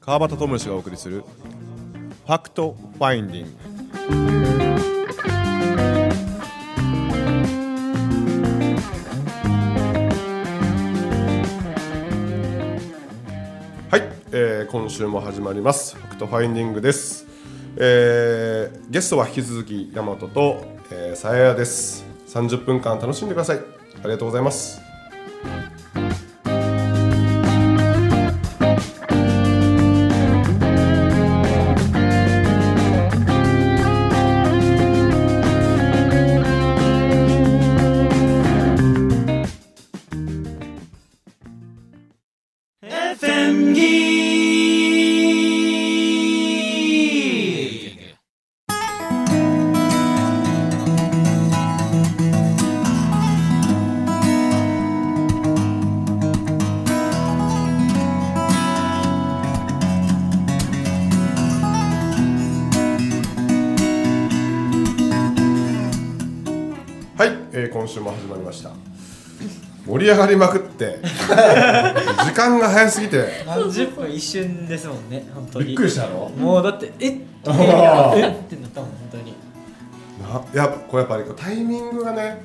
川端智がお送りする「ファクトファインディング」はい、えー今週も始まりますファクトファインディングです、えーゲストは引き続き大和と、えー、さややです30分間楽しんでくださいありがとうございますはい、えー今週も始まりました盛り上がりまくって 時間が早すぎて30分一瞬ですもんね本当にびっくりしたろもうだってえっえあーえってなったもん本当にないやこうやっぱりこうタイミングがね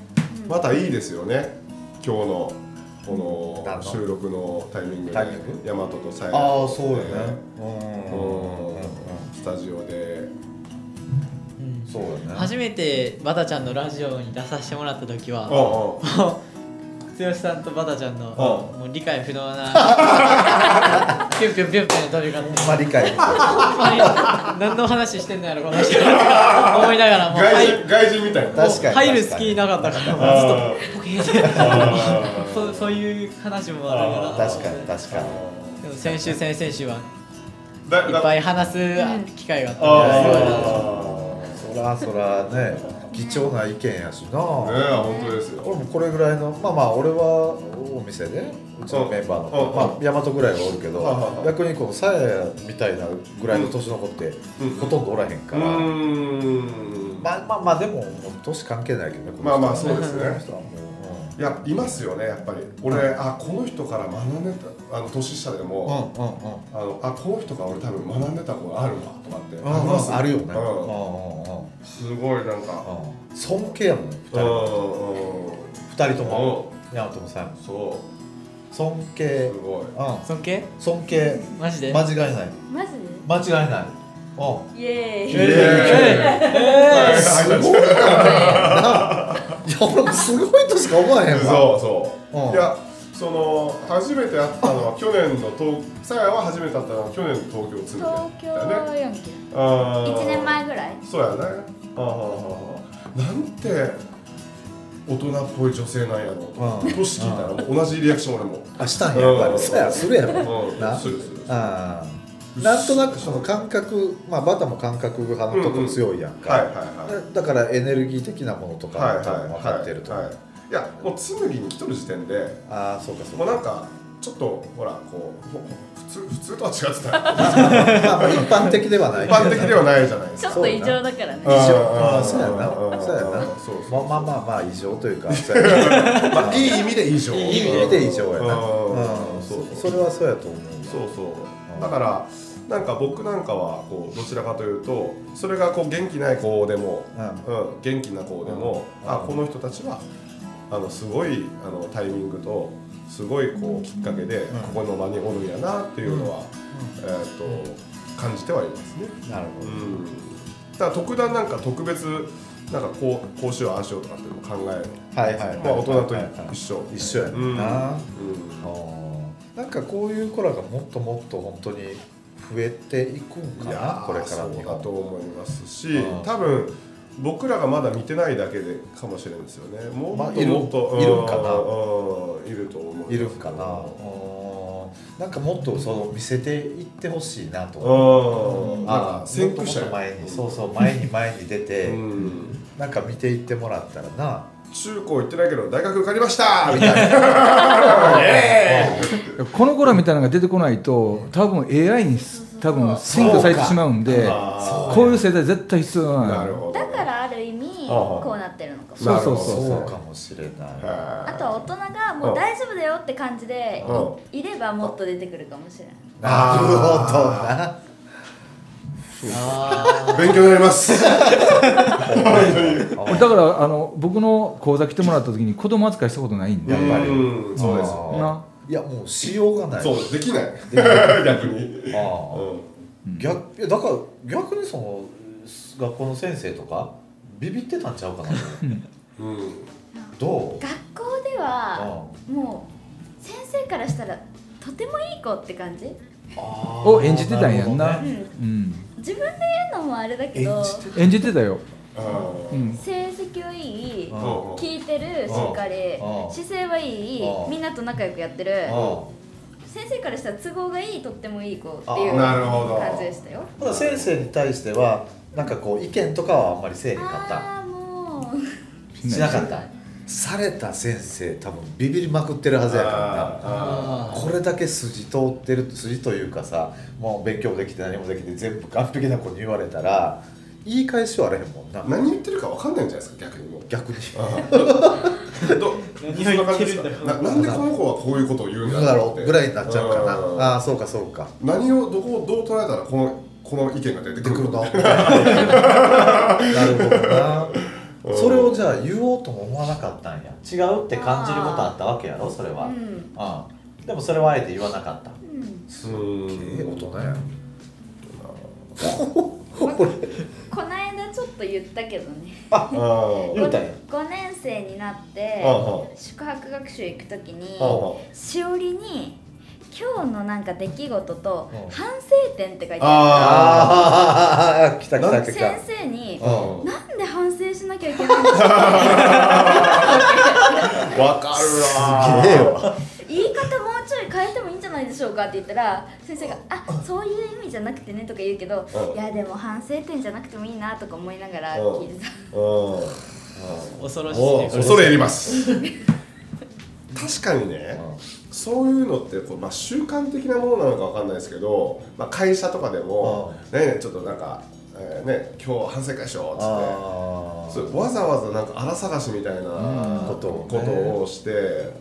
またいいですよね今日のこなのるほど収録のタイミングでタイミング大和とさやああそうよねううんんスタジオでうんそうよね初めてバタちゃんのラジオに出させてもらった時はあもう剛さんとバタちゃんのうもう理解不能なピュンピュンピュンピュンの飛び方ほんま理解できないほんまに何の話してんのやろこの人思いながらもう外入人外人みたいな確かに入る確かに隙なかったからもうずっあとポケーーってそうそういう話もあるから確かに確かにでも先週先々週はーだいっだぱい話す機会があったあんで、すごいなーとそらそらね貴重な意見やしな、ねえ本当ですよ俺もこれぐらいのまあまあ俺はお店でうちのメンバーの、うんまあ、大和ぐらいはおるけど、はいはいはい逆にこのさやみたいなぐらいの年の子ってうんほとんどおらへんうから、ーんまあまあまあでももう年関係ないけどねまあまあこのそう人はですねこの人はもううんいやいますよねやっぱり俺あこの人から学んでたあの年下でも、うんうんうんあのあこの人が俺多分学んでたことあるわとかってあますあるよね、ううんんすごいなんか尊敬やもん2うん人うん二人ともう山本さんんそ尊う敬すごいうん尊敬尊敬マジで間違いないマジ間違いないうんでイエイエーイえす ごいよねないや俺もすごいとしか思わへんわそうそう、うんいやその初めて会ったのは去年の東さやは初めて会ったのは去年の東京ツー東ル京でだよね四期あー1年前ぐらいそうやねあーはーはーはーなんて大人っぽい女性なんやろうとうん年聞いたら同じリアクション俺もあしたんややっぱうんりそうやするやろうんなするするするあーなんとなくその感覚まあバタも感覚派のとこ強いやんはいはいかはいだからエネルギー的なものとかはいはい多分分かってるとはいはいいやもう紬に来とる時点でああそうかそうもかうなんかちょっとほらこうほ普通普通とは違ってた まあまあ一般的ではない一般的ではないじゃないですちかょっと異常だからねう異常んあそうやなうんそうやなそうそうまあまあまあまあ異常という かそうやなまあいいいい意味で異常いい意味で異常やなうんうんそそうそれはそうやと思うそうそううんだからなんか僕なんかはこうどちらかというとそれがこう元気ない子でも、うんうん、元気な子でも、うんあこの人たちはあのすごいあのタイミングとすごいこうきっかけでんここの場におるんやなっていうのは、えー、と感じてはいますね。なるほうどん、だから特段なんか特別なんかこうこうしようああしようとかっていうのも考える、はいはいはいまあ、大人とはいはい一緒。一緒やねうんんな、うんあーなんかこういう子らがもっともっと本当に増えていくんかいやなーこれからそう日だ本と思いますし、うん多分僕らがまだ見てないだけでかもしれないですよねもっとまもあっいると、いるんかなうんいると思ういるんかなうんなんかもっとその見せていってほしいなとうんああー先駆者もっともっと前にそうそう前に前に出て、うんなんか見ていってもらったらな中高行ってないけど大学受かりましたみたいな この子らみたいなのが出てこないと多分 AI にす多分占拠されてしまうんであーこういう世代絶対必要なのなるほどねだからある意味ああこうなってるのかそうそうそそうそううかもしれない、はあいとは大人がもう大丈夫だよって感じでういいればもっと出てくるかもしれないなるほどなあ勉強になります。だからあの僕の講座来てもらった時に子供扱いしたことないんでやっぱりうんそうです。あーないやもうしようがないそうできない。 逆に。あうーん逆いやだから逆にその学校の先生とかビビってたんちゃうかなうん。どう学校ではもう先生からしたらとてもいい子って感じあーを演じてたんやんなるほどうねんうん、自分で言うのもあれだけ演どじて演じてたよ、あうーん、成績はいいうんうん聞いてるしっかりうん姿勢はいいうんみんなと仲良くやってるたあ先生からしたら都合がいいとってもいい子っていうあなるほど感じでしたよーただ先生に対してはなんかこう意見とかはあんまりせえへんかああもったしなかったされた先生多分ビビりまくってるはずやからああなこれだけ筋通ってる筋というかさもう勉強もできて何もできて全部完璧な子に言われたら言い返しはあれへんもんなー何言ってるかわかんないんじゃないですか逆にもう。逆にど何を言ってるんだろうそな感じですかななんでこの子はこういうことを言うんどだうだろうろっうてぐらいになっちゃうかなうんああーそうかそうか何をどこをどう捉えたらこのこの意見が出て出くてくるるのなかなるほどなそれをじゃあ言おうとも思わなかったんや違うって感じることあったわけやろそれううはうんんでもそれはあえて言わなかったうんうーんやこないだちょっと言ったけどねあー言うたんや5年生になってあああ宿泊学習行く時にああしおりに今日のなんか出来事とうん反省点って書いてああああ来た来たる来先た生にうなんで反省しなきゃいけないんですかわかるわんすげえわ言い方もうちょい変えてもいいんじゃないでしょうかって言ったら先生が「あそういう意味じゃなくてね」とか言うけどうんいやでも反省点じゃなくてもいいなとか思いながらうん聞いてたうんうんー恐ろしいおねこれ恐れ入ります 確かにねうんそういうのってこう、まあ、習慣的なものなのかわかんないですけど、まあ、会社とかでも「ねえねえちょっとなんか、えーね、今日反省会しよう」っつって。あそーうわざわざなんか荒探しみたいなことうんをして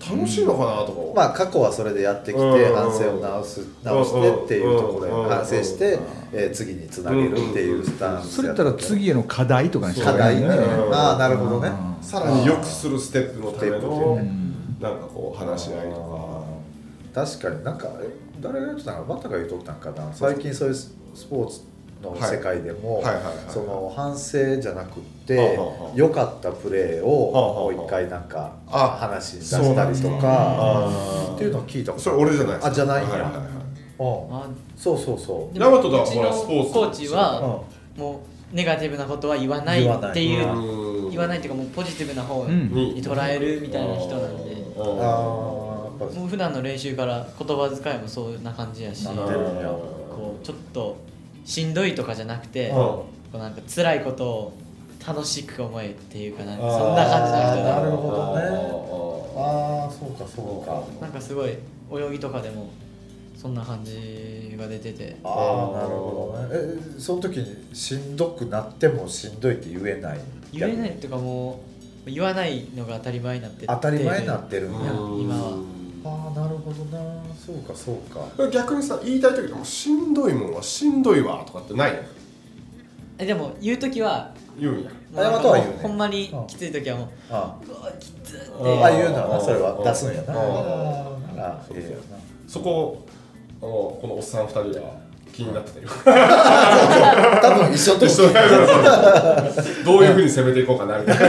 楽しいのかなとか、まあ過去はそれでやってきうんうんうてん反省を直す直してっていうとこうんうんうろんで反省してえー次につなげるっていうスタンスそれやったら次への課題とかにしそうた課ら題いいねねうんああなるほどねさらに良くするステップのためのうんなんかこう話し合いと確かになんかえ誰が言ってたのバッタが言っとったんかな最近そういうスポーツの世界でも、はいはいはいはいその反省じゃなくっはてあはあはあ良かったプレーをはあはあはもあう一回なんかあ話に出したりとかかっていうのを聞いたことそれ俺じゃないあじゃないんはいや、はいはいうんあそうそうそうでヤマトだうちほのらスポーツコーチはもうネガティブなことは言わないっていう言言わわなないうい,、んっていうかもうポジティブな方うんに捉えるみたいな人なんで、うんああやっぱもう普段の練習から言葉遣いもそんな感じやしなってるんやこうちょっとしんどいとかじゃなくて、うんこうなんか辛いことを楽しく思えっていうかなんかあーそんな感じの人なるだほどねあーああそうかそうかなんかすごい泳ぎとかでもそんな感じが出ててああなるほどねえその時にしんどくなってもしんどいって言えない言えないっていうかもう言わないのが当たり前になってって当たり前になってるうんやんいや今はああなるほどなそうかそうか逆にさ言いたい時でもしんどいもんはしんどいわとかってないえでも言う時は言うんやもうなんか謝ったは言うねほんまにきつい時はもうあ「うわきつい」ってんああ言うならなそれはうん出すんやなうんああならそうそうええよなそこをあのこのおっさん二人は気になってたよ多分一緒と一緒そうに どういうふうに攻めていこうかなみたいな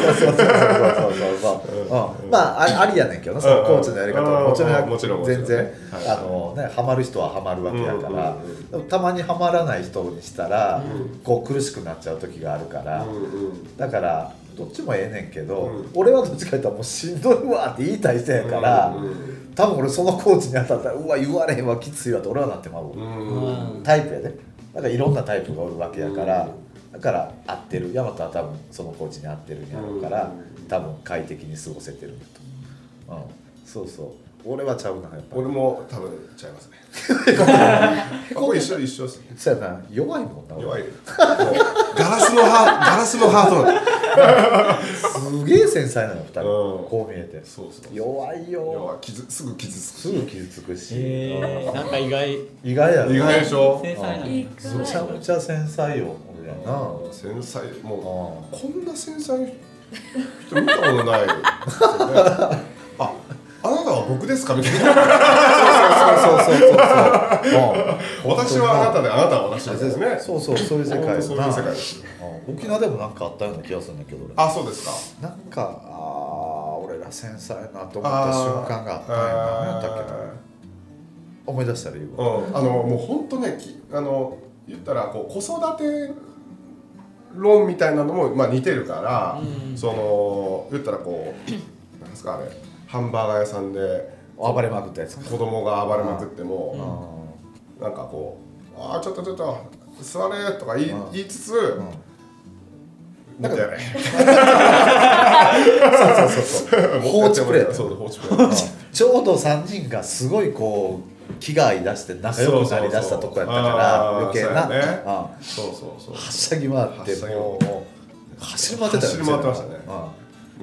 そうそうそうそうそうそううんまああありやねんけどなそのコーチのやり方うんはもちろんもちろんもちろん全然はいあのねハマる人はハマるわけやうんからうんうんでもたまにハマらない人にしたらうこう苦しくなっちゃう時があるからうんうんだからどっちもええねんけど、うん俺はどっちか言ったらもうしんどいわって言いたい人やから、うん多分俺そのコーチに当たったらうわ言われへんわきついわって俺はなってまうわ、うんタイプやでなんかいろんなタイプがおるわけやから、だから合ってる大和は多分そのコーチに合ってるんやろうから、う多分快適に過ごせてると、うん、そうそう俺はちゃうなやっぱ俺も多分ちゃいます ねあこれ一緒一緒ですねそうやな弱いもんな俺弱いもうガラスのハーガラスのハートなんだすげえ繊細なの二人、うんこう見えてそうそう弱いよ弱い傷すぐ傷つすぐ傷つくし、えー、なんか意外意外やろく意外でしょ繊細な意むちゃ外むちゃ繊細よ俺やな、あ繊細あもうこんな繊細な人見たことないですよねああなたは僕ですかみたいなそうそうそうそうそう、私はあなただであなたは私ですねそうそうそういう世界本よ当なそういう世界ですうん沖縄でもなんかあったような気がするんだけど俺あそうですかなんかあー俺ら繊細やなと思ったあ瞬ー間があったんやな何やったっけなあ思い出したら言うーわうんあのもう本当ねきあの言ったらこう子育て論みたいなのもまあ似てるから、うんその言ったらこうなんですかあれハンバーガー屋さんで暴れまくったやつか子供が暴れまくってあも、ーなんかこう「ああちょっとちょっと座れ」とか言いうん言いつつ、うんなんかね そうそうそう 放置プレイだそうそう放置プレイちょうど3人がすごいこう気が合いだして仲良くなりだしたとこやったかそうそうそうあーら余計そうやな、ねあそうそうそうはしゃぎ回はっしゃてぎもうもう走り回ってたよ走り回ってましたねうんも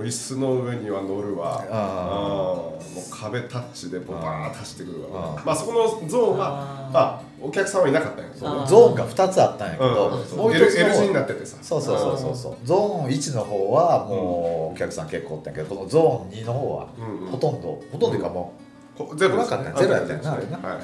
う椅子の上には乗るわああーもう壁タッチでボバーッ足してくるわあーまあそこのゾーンはあーまあお客さんはいなかったんやけどあねーゾーンが2つあったんやけど、うんもう L, 一つの L 字にな方っててさそうそうそうそうそうゾーン1の方はもうお客さん結構おったんやけどこのゾーン2の方はうんうんほとんど、ほとんどいうかもこうゼロなでかすねったんやゼロやったんやなあれな、はいはいうん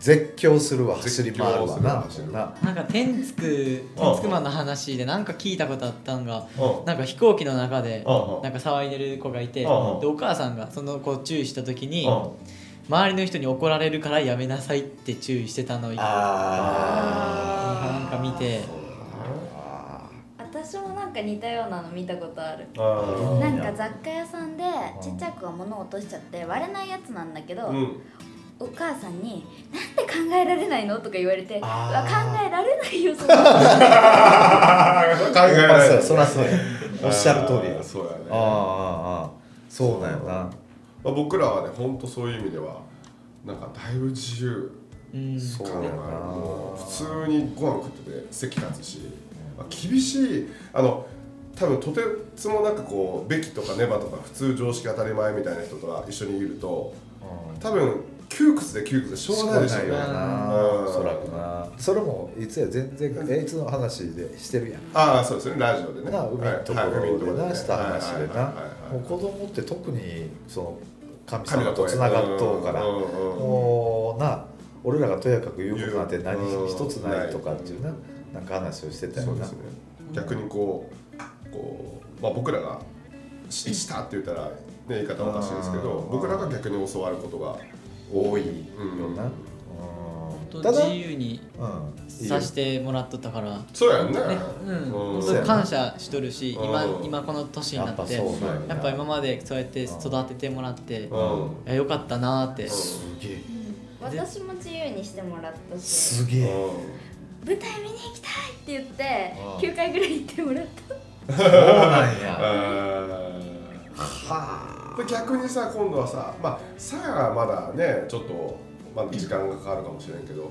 絶叫するわ走り回るわな絶叫するななんか天竺天竺マンの話でなんか聞いたことあったんがうんなんか飛行機の中でうんうんなんか騒いでる子がいてでうんうんお母さんがその子を注意した時にうん周りの人に怒られるからやめなさいって注意してたのをなんあか見てあ私もなんか似たようなの見たことあるあなんか雑貨屋さんでちっちゃい子が物を落としちゃって割れないやつなんだけど、ーうんお母さんに「なんで考えられないの?」とか言われて「うあわ考ーえられないよそんなあー考えられないそりゃそうやおっしゃる通りあやーそうやねああああそうだよなまあ、僕らはね本当そういう意味ではなんかだいぶ自由うんそう感だがよなあるもう普通にご飯食ってて席立つし、まあ、厳しいあの多分とてつもなくこうべきとかネバとか普通常識当たり前みたいな人とは一緒にいると多分窮屈で窮屈でしょうがないでしょうねよなうんおそらくなそれもいつや全然えいつの話でしてるやんああそうですねラジオでねな海のとこはいはい海ろのところでねなした話ではなはいはいいはいもう子供って特にその神神様のと声つながっとうからんうんうんもうな俺らがとやかく言うことなんて何言う一つないとかっていうなうなんか話をしてたそようでなすね逆にこうこう、まあ、僕らが「しした」って言ったら、ね、言い方おかしいですけあどー僕らが逆に教わることが多いようなんうん本た当だ自由にうんさしてもらっとったからねそうやんねうんうん本そう当やにな感謝しとるし今うん今この年にやなっぱっそうてなんやっぱ今までそうやって育ててもらっていうんやよかったなーってすすげえ私も自由にしてもらったしすげえ「舞台見に行きたい!」って言ってああ9回ぐらい行ってもらったそうなんやはで逆にさ今度はさまあさやはまだねちょっとまだ時間がかかるかもしれんけど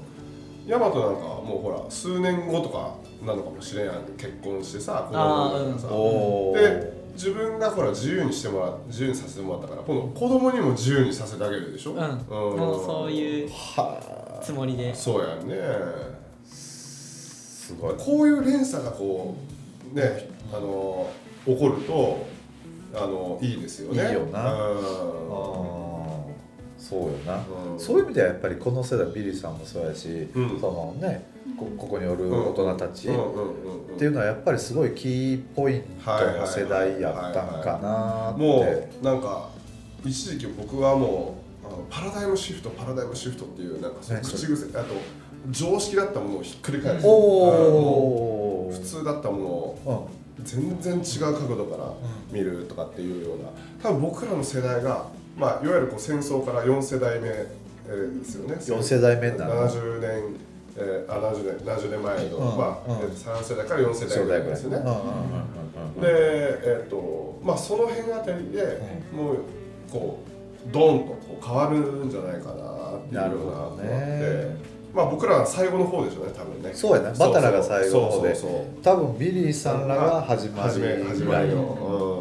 大和なんかはもうほら数年後とかなのかもしれんやん結婚してさ子供産んだからさ、おでー自分がほら自由にしてもら自由にさせてもらったから今度子供にも自由にさせてあげるでしょ、うんもうそうういうはつもりでそうやんねあすごいこういう連鎖がこうねあの起こるとあのいいですよねいいよなうんそうよな、うんそういう意味ではやっぱりこの世代ビリーさんもそうやし、うんそのねこここにおる大人たち、うんっうんうんうんていうのはやっぱりすごいキーポイントの世代やったんかなーって、もうなんか一時期僕はもうあのパラダイムシフトパラダイムシフトっていうなんかそのねそれ口癖あと常識だったものをひっくり返すおおうん普通だったものをうん全然違う角度から見るとかっていうような多分僕らの世代が、まあ、いわゆるこう戦争から4世代目えーですよね四世代目になる70年、えー、あ70年70年前の、うんまあうんえー3世代から4世代そうぐだらよいでこれすようんね。うんうんうんうんで、えーとまあ、その辺あたりで、もうこうドンとこう変わるんじゃないかなっていうなるようほなど思ってね。まあ僕らは最後の方でしょうね多分ねそうやねバタラが最後の方でそうそう多分ビリーさんらが始まり始め始まりの、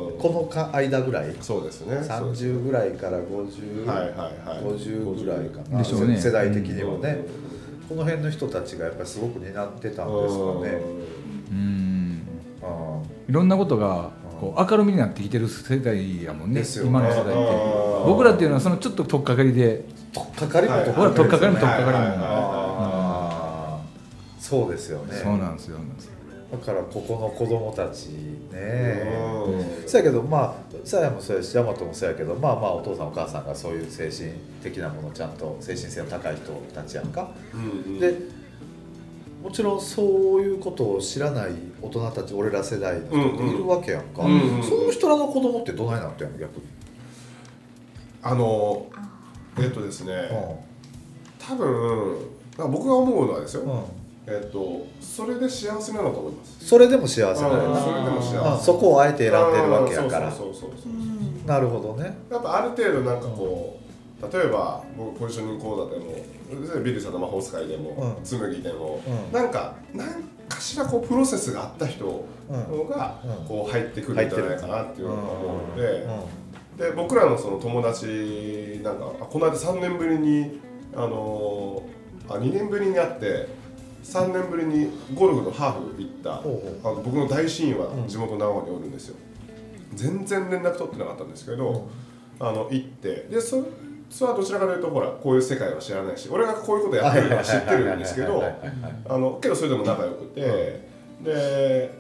うんこのか間ぐらいそうですねそうです30ぐらいから50、はいはいはい50ぐらいかなでしょうね世世代的にもね、うんこの辺の人たちがやっぱりすごく担ってたんですかね、ううんんいろんなことがこう明るみになってきてる世代やもんねですよね今の世代って僕らっていうのはそのちょっと取っかかりでとっかかりもとっほらかかりですよね取っかかりも取っかかりもはいはいはいあーそうですよねそうなんですよそうなんですよだからここの子供たちねうんそうやけどまあさやもそうやし大和もそうやけどまあまあお父さんお母さんがそういう精神的なものをちゃんと精神性の高い人たちやんか、うんでもちろんそういうことを知らない大人たち俺ら世代の人っているわけやんか、うんうんその人らの子供ってどないなってんの逆に、あのえっとですね多分僕が思うのはですよ、うんえっとそれで幸せなのと思いますそれでも幸せなうんんやそれでも幸せなうんそこをあえて選んでるわけやからあーそうそうそうそうなるほどねやっぱある程度なんかこう、例えば僕ポジショニング講座でも別にビリーさんの魔法使いでも、うん紬でも、うんなんかなんかしらこうプロセスがあった人のが、うんこう入ってくるんじゃないかなっていうのが思うので,、うんで僕らのその友達なんかあこの間3年ぶりにあのーあ2年ぶりに会って3年ぶりにゴルフのハーフ行ったほうあの僕の大親友はうん地元長野におるんですよ、全然連絡取ってなかったんですけど、あの行ってでそそれはどちらかというとほらこういう世界は知らないし俺がこういうことやってるのは知ってるんですけどはいはいはいはいはいあのけどそれでも仲良くて、で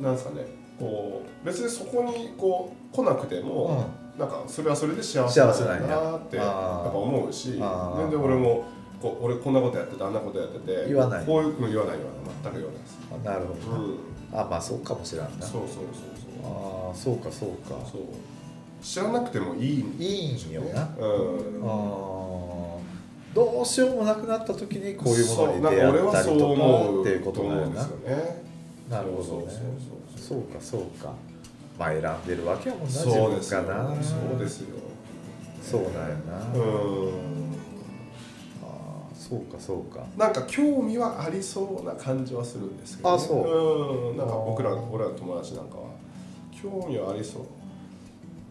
なんですかねこう別にそこにこう来なくても、なんかそれはそれで幸せだなって幸せなんややっぱ思うし全あー然俺もこう俺こんなことやっててあんなことやってて言わないこういうの言わない言わない全く言わないです、あなるほうどな、ん、あまあそうかもしれんなそうそうそうそうああそうかそうかそう知らなくてもいいんいいんよな、あうんーどうしようもなくなった時にこういうもそうのに出なんか会俺っはたそうりと思かうっていうことなんと思うやなんですよねなるほどねそそうかそうかまあ選んでるわけやもんな自そうですよ分かなそうですよそうだよな、あうんあそうかそうかなんか興味はありそうな感じはするんですけど、あそううんなんか僕ら俺らの友達なんかは興味はありそ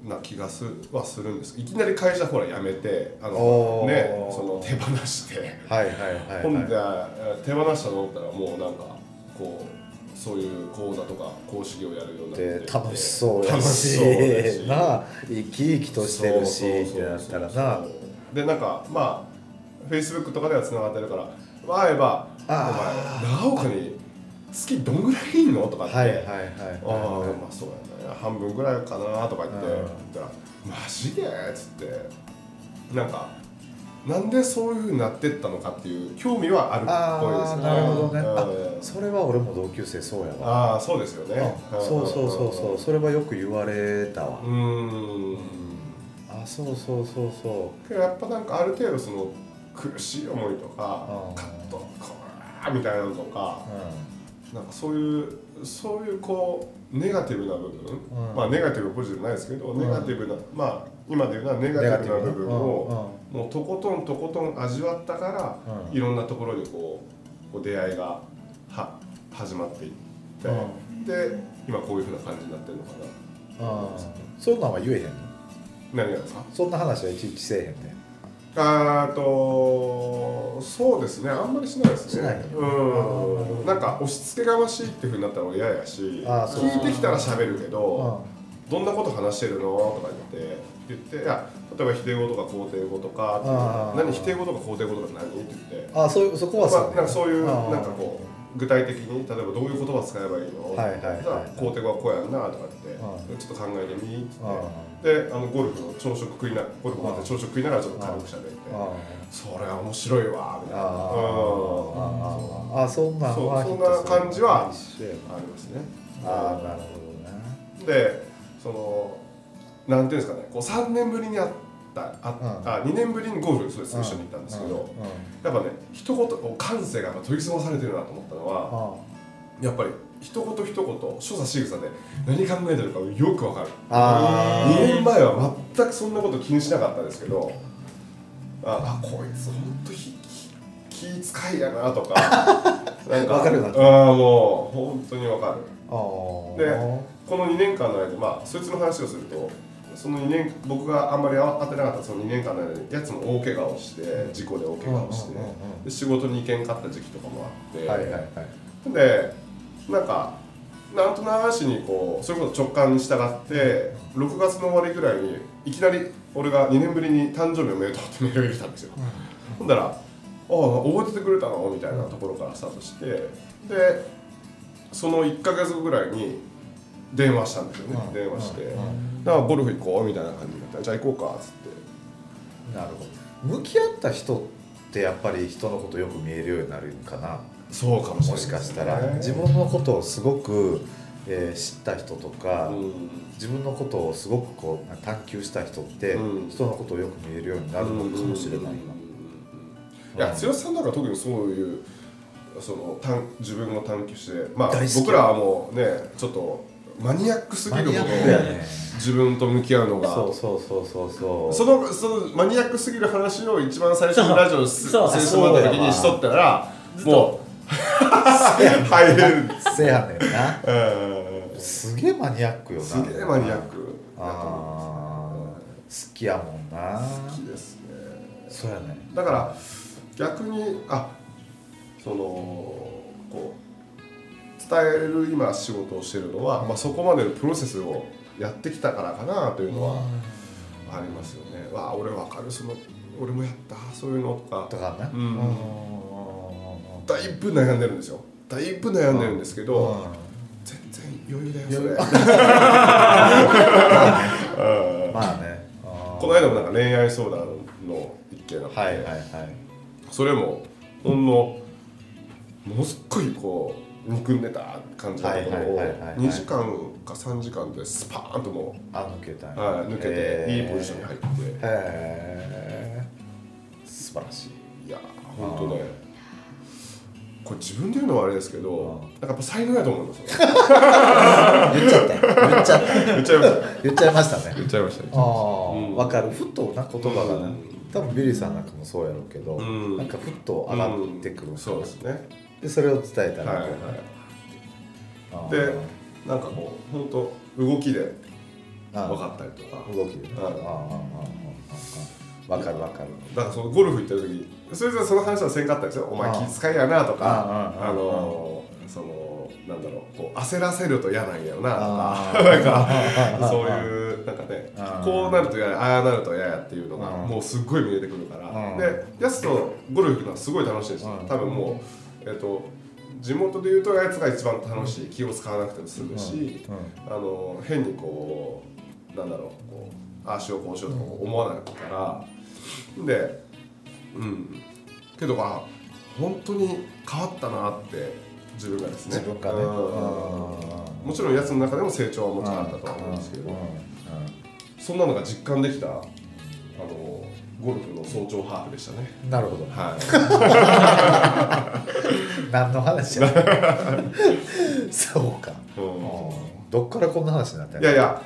うな気がすはするんですいきなり会社ほら辞めてあおのーねその手放してはいはいはい、はい、ほんでえー手放したと思ったらもうなんかこうそういう講座とか講師業やるようになってで楽しそうや楽ししそうだしなあ生き生きとしてるしそうっそうそうてなったらなでなんかまあフェイスブックとかではつながってるからまあ会えば「あお前長岡に好きどんぐらいいんの?」とかって「はいはいはいああまあそうやな半分ぐらいかな」とか言ってうん言ったら「マジで?」っつってなんかなんでそういうふうになってったのかっていう興味はあるあっぽいですあねなるほどねうんあそれは俺も同級生そうやわああそうですよねあそうそうそうそうそれはよく言われたわうーんあそうそうそうそけどやっぱなんかある程度その苦しい思いとかうんカットこらーみたいなのとかうなんかそういうそういうこうネガティブな部分、うんまあネガティブポジティブないですけど、うんネガティブなまあ今で言うのはネうんガティブな部分を、うんうんもうとことんとことん味わったから、うんいろんなところにこうこう出会いがは始まっていって、うで今こういうふうな感じになってるのかなあーそんなんは言えへんの何がですかそんな話はいちいちせえへんねあーとそうですねあんまりしないですねしないうんなんか押し付けがましいっていうふうになったら俺嫌やしあーそう聞いてきたら喋るけうんどどんなこと話してるのとか言って言っていや例えば否定語とか肯定語とかあー何否定語とか肯定語とか何って言って、あーそういうそこまはあそう、なんかそういうあーなんかこう具体的に例えばどういう言葉使えばいいの、はいはいはいじゃあ肯定語はこうやんなとか言って、うちょっと考えてみって、うであのゴルフの朝食食いなゴルフ終わって朝食食いながらちょっと軽く喋って、あそれは面白いわみーたいなうんあーあーあーそんなんはそうそんな感じは一緒やありますねああなるほどねでそのなんていうんですかねこう3年ぶりに会ったあ、うんあ2年ぶりにゴルフそうです一緒に行ったんですけど、うんうんやっぱね一言こう感性がやっぱ研ぎ澄まされてるなと思ったのはあやっぱり一言一言所作仕草で何考えてるかよくわかるあー2年前は全くそんなこと気にしなかったですけどああこいつ本当ひひ気遣いやなと かなんわかるなああもう本当にわかるあでーこの2年間の間まあそいつの話をするとその2年僕があんまり当てなかったその2年間の間にやつも大怪我をして事故で大怪我をして、うんうんうんうんで仕事に行けんかった時期とかもあって、はいはいはいでなんかなんとなしにこうそれこそ直感に従って6月の終わりぐらいにいきなり俺が2年ぶりに誕生日おめでとうってメールが来たんですよ、ほんだら「ああ覚えててくれたの?」みたいなところからスタートしてでその1か月後ぐらいに電話したんですよね、うん電話して、うだかんうんらゴルフ行こうみたいな感じになって「じゃあ行こうか」っつってなるほど向き合った人ってやっぱり人のことよく見えるようになるんかなそうかもしれないもしかしたら自分のことをすごく、えー知った人とか、うん自分のことをすごくこう探求した人って、うん人のことをよく見えるようになるのかもしれないな、いや剛さんなんか特にそういうその探自分の探求してまあ大好き僕らはもうねちょっとマニアックすぎマるほニどアックやね自分と向き合うのがそうそうそうそうそうそのそのマニアックすぎる話を一番最初にラジオすそう先週までの時にしとったらも う 入れるんですせやねんなうんすげえマニアックよなすげえマニアックだとあ思うんー好きやもんなですね好きですねそうやねだから逆にあそのこう伝える今仕事をしてるのは、まあ、そこまでのプロセスをやってきたからかなというのはありますよね。わあ俺わかるその俺もやったそういうのとかとかなうんうんだいぶ悩んでるんですよだいぶ悩んでるんですけど、うん全然余裕だよそれ。 うんまあねあーこの間もなんか恋愛相談の一件があって、はいはいはいそれもほんのものすっごいこう憎んでた感じのところをはいはいはいはいはい2時間か3時間でスパーンともあ抜けたんう、やはい、抜けへていーいポジションに入ってへえ素晴らしいいやーほんとねこれ自分で言うのはあれですけどなんかやっぱ才能やと思いますよ言っちゃった言っちゃった言っちゃいまし た言っちゃいましたね言っちゃいましたああ、うん分かるふとな言葉がうねん多分ビリーさんなんかもそうやろうけど、うんなんかふっと上がってくる、うんそうですねでそれを伝えはたいら、はいあーでなんかこうほんと動きであー分かったりとか動きで、はあいあああああ分かる分かるだからそのゴルフ行った時それぞれその話はせんかったんですよお前ああ気遣いやなとかあああのそのなんだろうこう焦らせると嫌なんやよなとあかあなんかあそういうなんかねああこうなると嫌やああなると嫌やっていうのがああもうすっごい見えてくるからああでやすとゴルフ行くのはすごい楽しいですよああ多分もうえっと地元でいうとやつが一番楽しい気を使わなくても済むしうんあの変にこうなんだろうこうああしようこうしようとか思わないから、でうんけどあ本当に変わったなって自分がですね自分がねうんうんもちろんやつの中でも成長はもちろんあったとは思うんですけど、うんうんそんなのが実感できたあのゴルフの早朝ハーフでしたねうんなるほどはい何の 話やそうか、 うんどっからこんな話になったんいやいや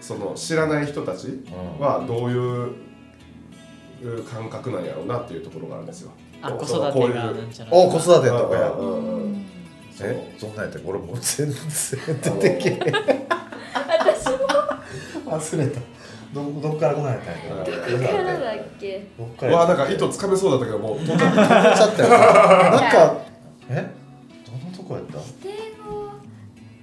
その知らない人たちはどういう感覚なんやろうなっていうところがあるんですよ。あ子その育こういてうがなんちゃらお子育てとかやうんうんうんそのえそんなんやったっけ俺もう全然あの出てけえ忘れたどどっから来ないんやったんやけどいからだっけどっかうらわやなんか糸つかめそうだったけどもう飛んじゃっ飛んじゃったよななんかえどのとこやった英語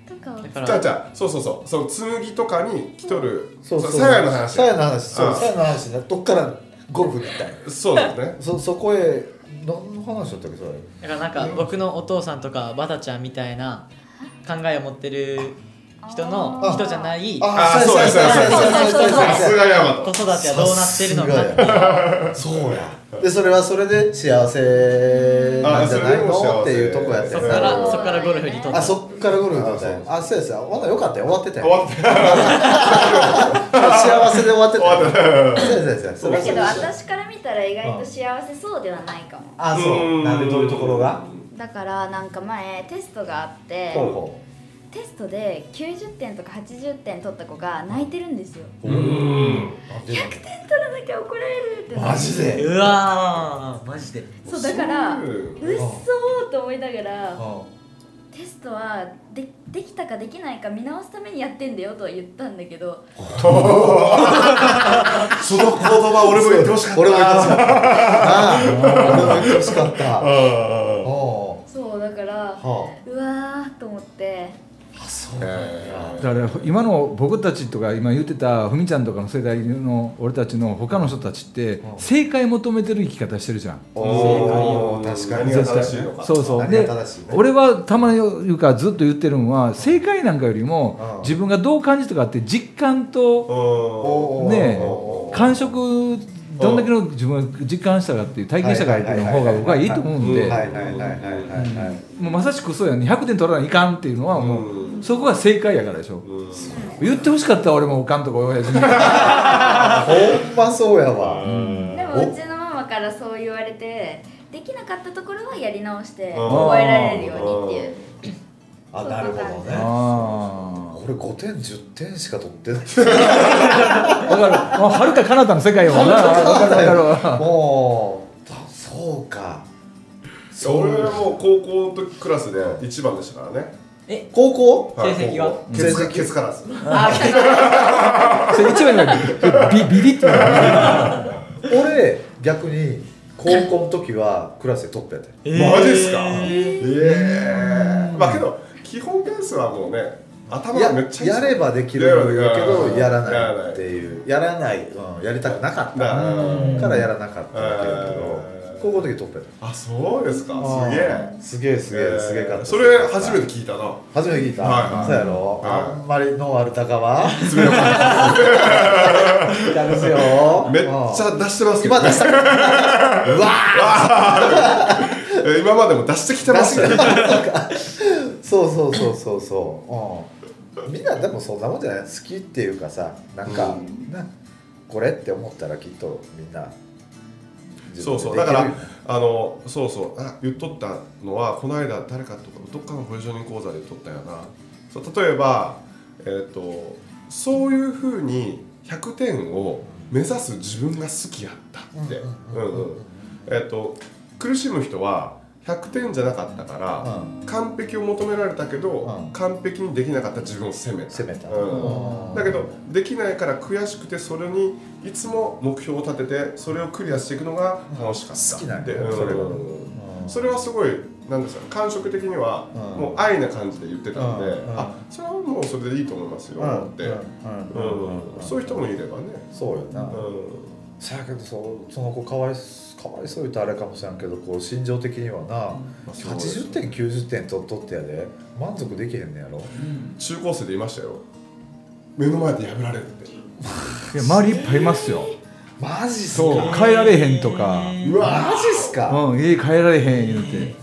とかはだかた。じゃあらじゃあそうそうそうその紬とかに来とるそうそうさやの話さやの話そうあさやの話ねどっからゴルフに行ったんやそうですね。そそこへ何の話だったっけそれだからなんか僕のお父さんとかバタちゃんみたいな考えを持ってる人のあ人じゃない子あーそうやそうやそうやそうやそうさやすがヤマ育てはどうなってるのかっていうそうやでそれはそれで幸せなんじゃないあそれでも幸せのっていうとこやってそんこなからそこからゴルフに飛んだあそっからゴルフだったあよそあそうですよほなよかったよ終わってた終よわって幸せで終わってた終わよってた。そうですよそうだですけよど私から見たら意外と幸せそうではないかもあそうなんでどういうところがだからなんか前テストがあってほうほテストで90点とか80点取った子が泣いてるんですようんなんでだろう点取らなきゃ怒られるってマジでうわーマジでそうだからそうういうっそーと思いながうらんテストはでできたかできないか見直すためにやってんだよとは言ったんだけどその言葉俺も言ってほしかった。俺も言ってほしかった。なあ俺も言ってほしかった。ああああそうだからはうわーと思ってあ。そうなんやだから今の僕たちとか今言ってたふみちゃんとかの世代の俺たちの他の人たちってうん正解求めてる生き方してるじゃんおー正解を確かに何が正しいのかそうそう何でが正しいね俺はたまに言うかずっと言ってるのは正解なんかよりうもん自分がどう感じたかって実感とおねえおー感触どんだけの自分が実感したかっていう体験したかっていうの方が僕はいいと思うんうでんはいはいはいはいはいはい。もうまさしくそうやね100点取らないかんっていうのはもうそこが正解やからでしょうん言ってほしかった俺もおかんとか親 父にほんまそうやわ。でおもうちのママからそう言われてできなかったところはやり直してうん覚えられるようにっていうあ、なるほどね。あ俺5点10点しか取ってない。あ分かるはるか彼方の世界やもんな分かる分かるもうたそうか。俺はもう高校の時クラスで一番でしたからねえ高校はい成績が高校ケツ成績ケツからですあそれ一番なんビビリって言うの俺逆に高校の時はクラスでトップやったよえーマジっすかえーええまあけど基本点数はもうね頭やがめっちゃいいっすよやればできるんだけどややららないないっていうやらない、うん、やりたくなかったなあからやらなかったっていうけうどん高校の時トップやっあそうですかたすげえすげえすげえすげえかったそれ初めて聞いたな初めて聞いた、はいそうやろ、はいあんまりノーアルタカは 聞いたです よめっちゃ出してますけど今出したから うわえ 今までも出してきてますねーそうそうそうそうそう、うん、みんなでもそんなもんじゃない好きっていうかさなんか、うんなこれって思ったらきっとみんな自そ分うでそうだできかるよらあのそうそうあ言っとったのはこの間誰かとかどっかのポジショニング講座で言っとったよなそう例えば、えっとそういうふうに100点を目指す自分が好きやったってうんうんえっと苦しむ人は100点じゃなかったから、完璧を求められたけど、うん完璧にできなかった自分を責めた攻めた、うんだけどできないから悔しくてそれにいつも目標を立ててそれをクリアしていくのが楽しかった好きなんでやそれがうんそれはすごいなんですか感触的にはうんもう愛な感じで言ってたんで、うんあそれはもうそれでいいと思いますようんって、うんうんそういう人もいればね、そうよな、うそやけどそうその子かわいそうかわいそう言うとあれかもしれんけどこう心情的にはな、まあそうです80点90点取っとってやで満足できへんねやろん、中高生でいましたよ目の前で破られるっていや周りいっぱいいますよマジっすそうか変えられへんとかうわマジっすか、うん家変えられへん言うて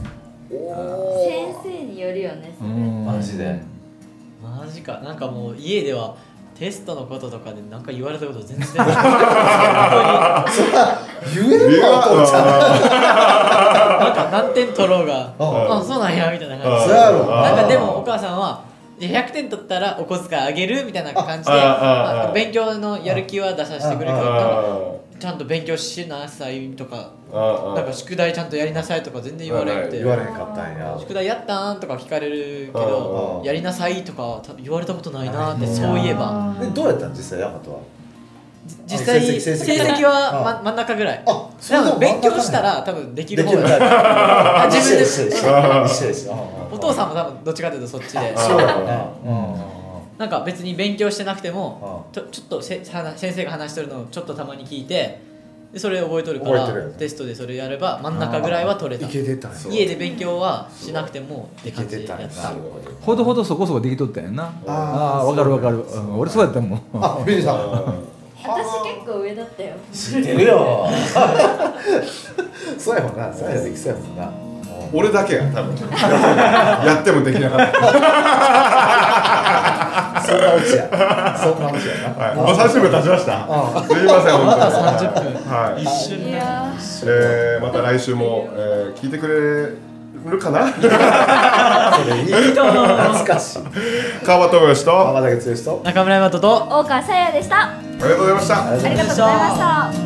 先生によるよねそれうんマジでマジかなんかもう家ではテストのこととかでなんか言われたこと全然ない言えるわお父ちゃんなんか何点取ろうがうんあそうなんやみたいなあ感そじうやろなんかでもお母さんはいや100点取ったらお小遣いあげるみたいな感じであああまあ勉強のやる気は出させてくれるけどなんあかあちゃんと勉強しなさいとかあああなんか宿題ちゃんとやりなさいとか全然言われんくて言われへんかったんや宿題やったんとか聞かれるけあどあやりなさいとかは多分言われたことないなってああそういえばでどうやったん実際ヤマトは実際成績成成績績あはま真ん中ぐらいあそれ多でも分真勉ん中強したら多分できできるる方よだうになるあ自分で一緒一緒一緒一緒一緒うんお父さんも多分どっちかというとそっちでそうだよねうんなんか別に勉強してなくてもあちょちょっとせ話先生が話してるのをちょっとたまに聞いてでそれ覚えとるから覚えてるやつテストでそれやれば真ん中ぐらいは取れたいけてたんや家で勉強はしなくてもっていけ感じてやたんっやたほどほどそこそこできとったんやなあーあー分かる分かるうん俺そうやったもんあビリーさん私結構上だったよ知ってるよ そうやもんなそうやできそうやもんな俺だけや多分 やってもできなかったそんなうちやそんなうちやなはい、お刺身立ちました。すみません、本当に。はい。一瞬いでやえーまた来週も、えー聞いてくれるかな。それいい懐かしい川端義とあ浜田剛と中村山人と大川さやでしたありがとうございましたありがとうございますりがとうございました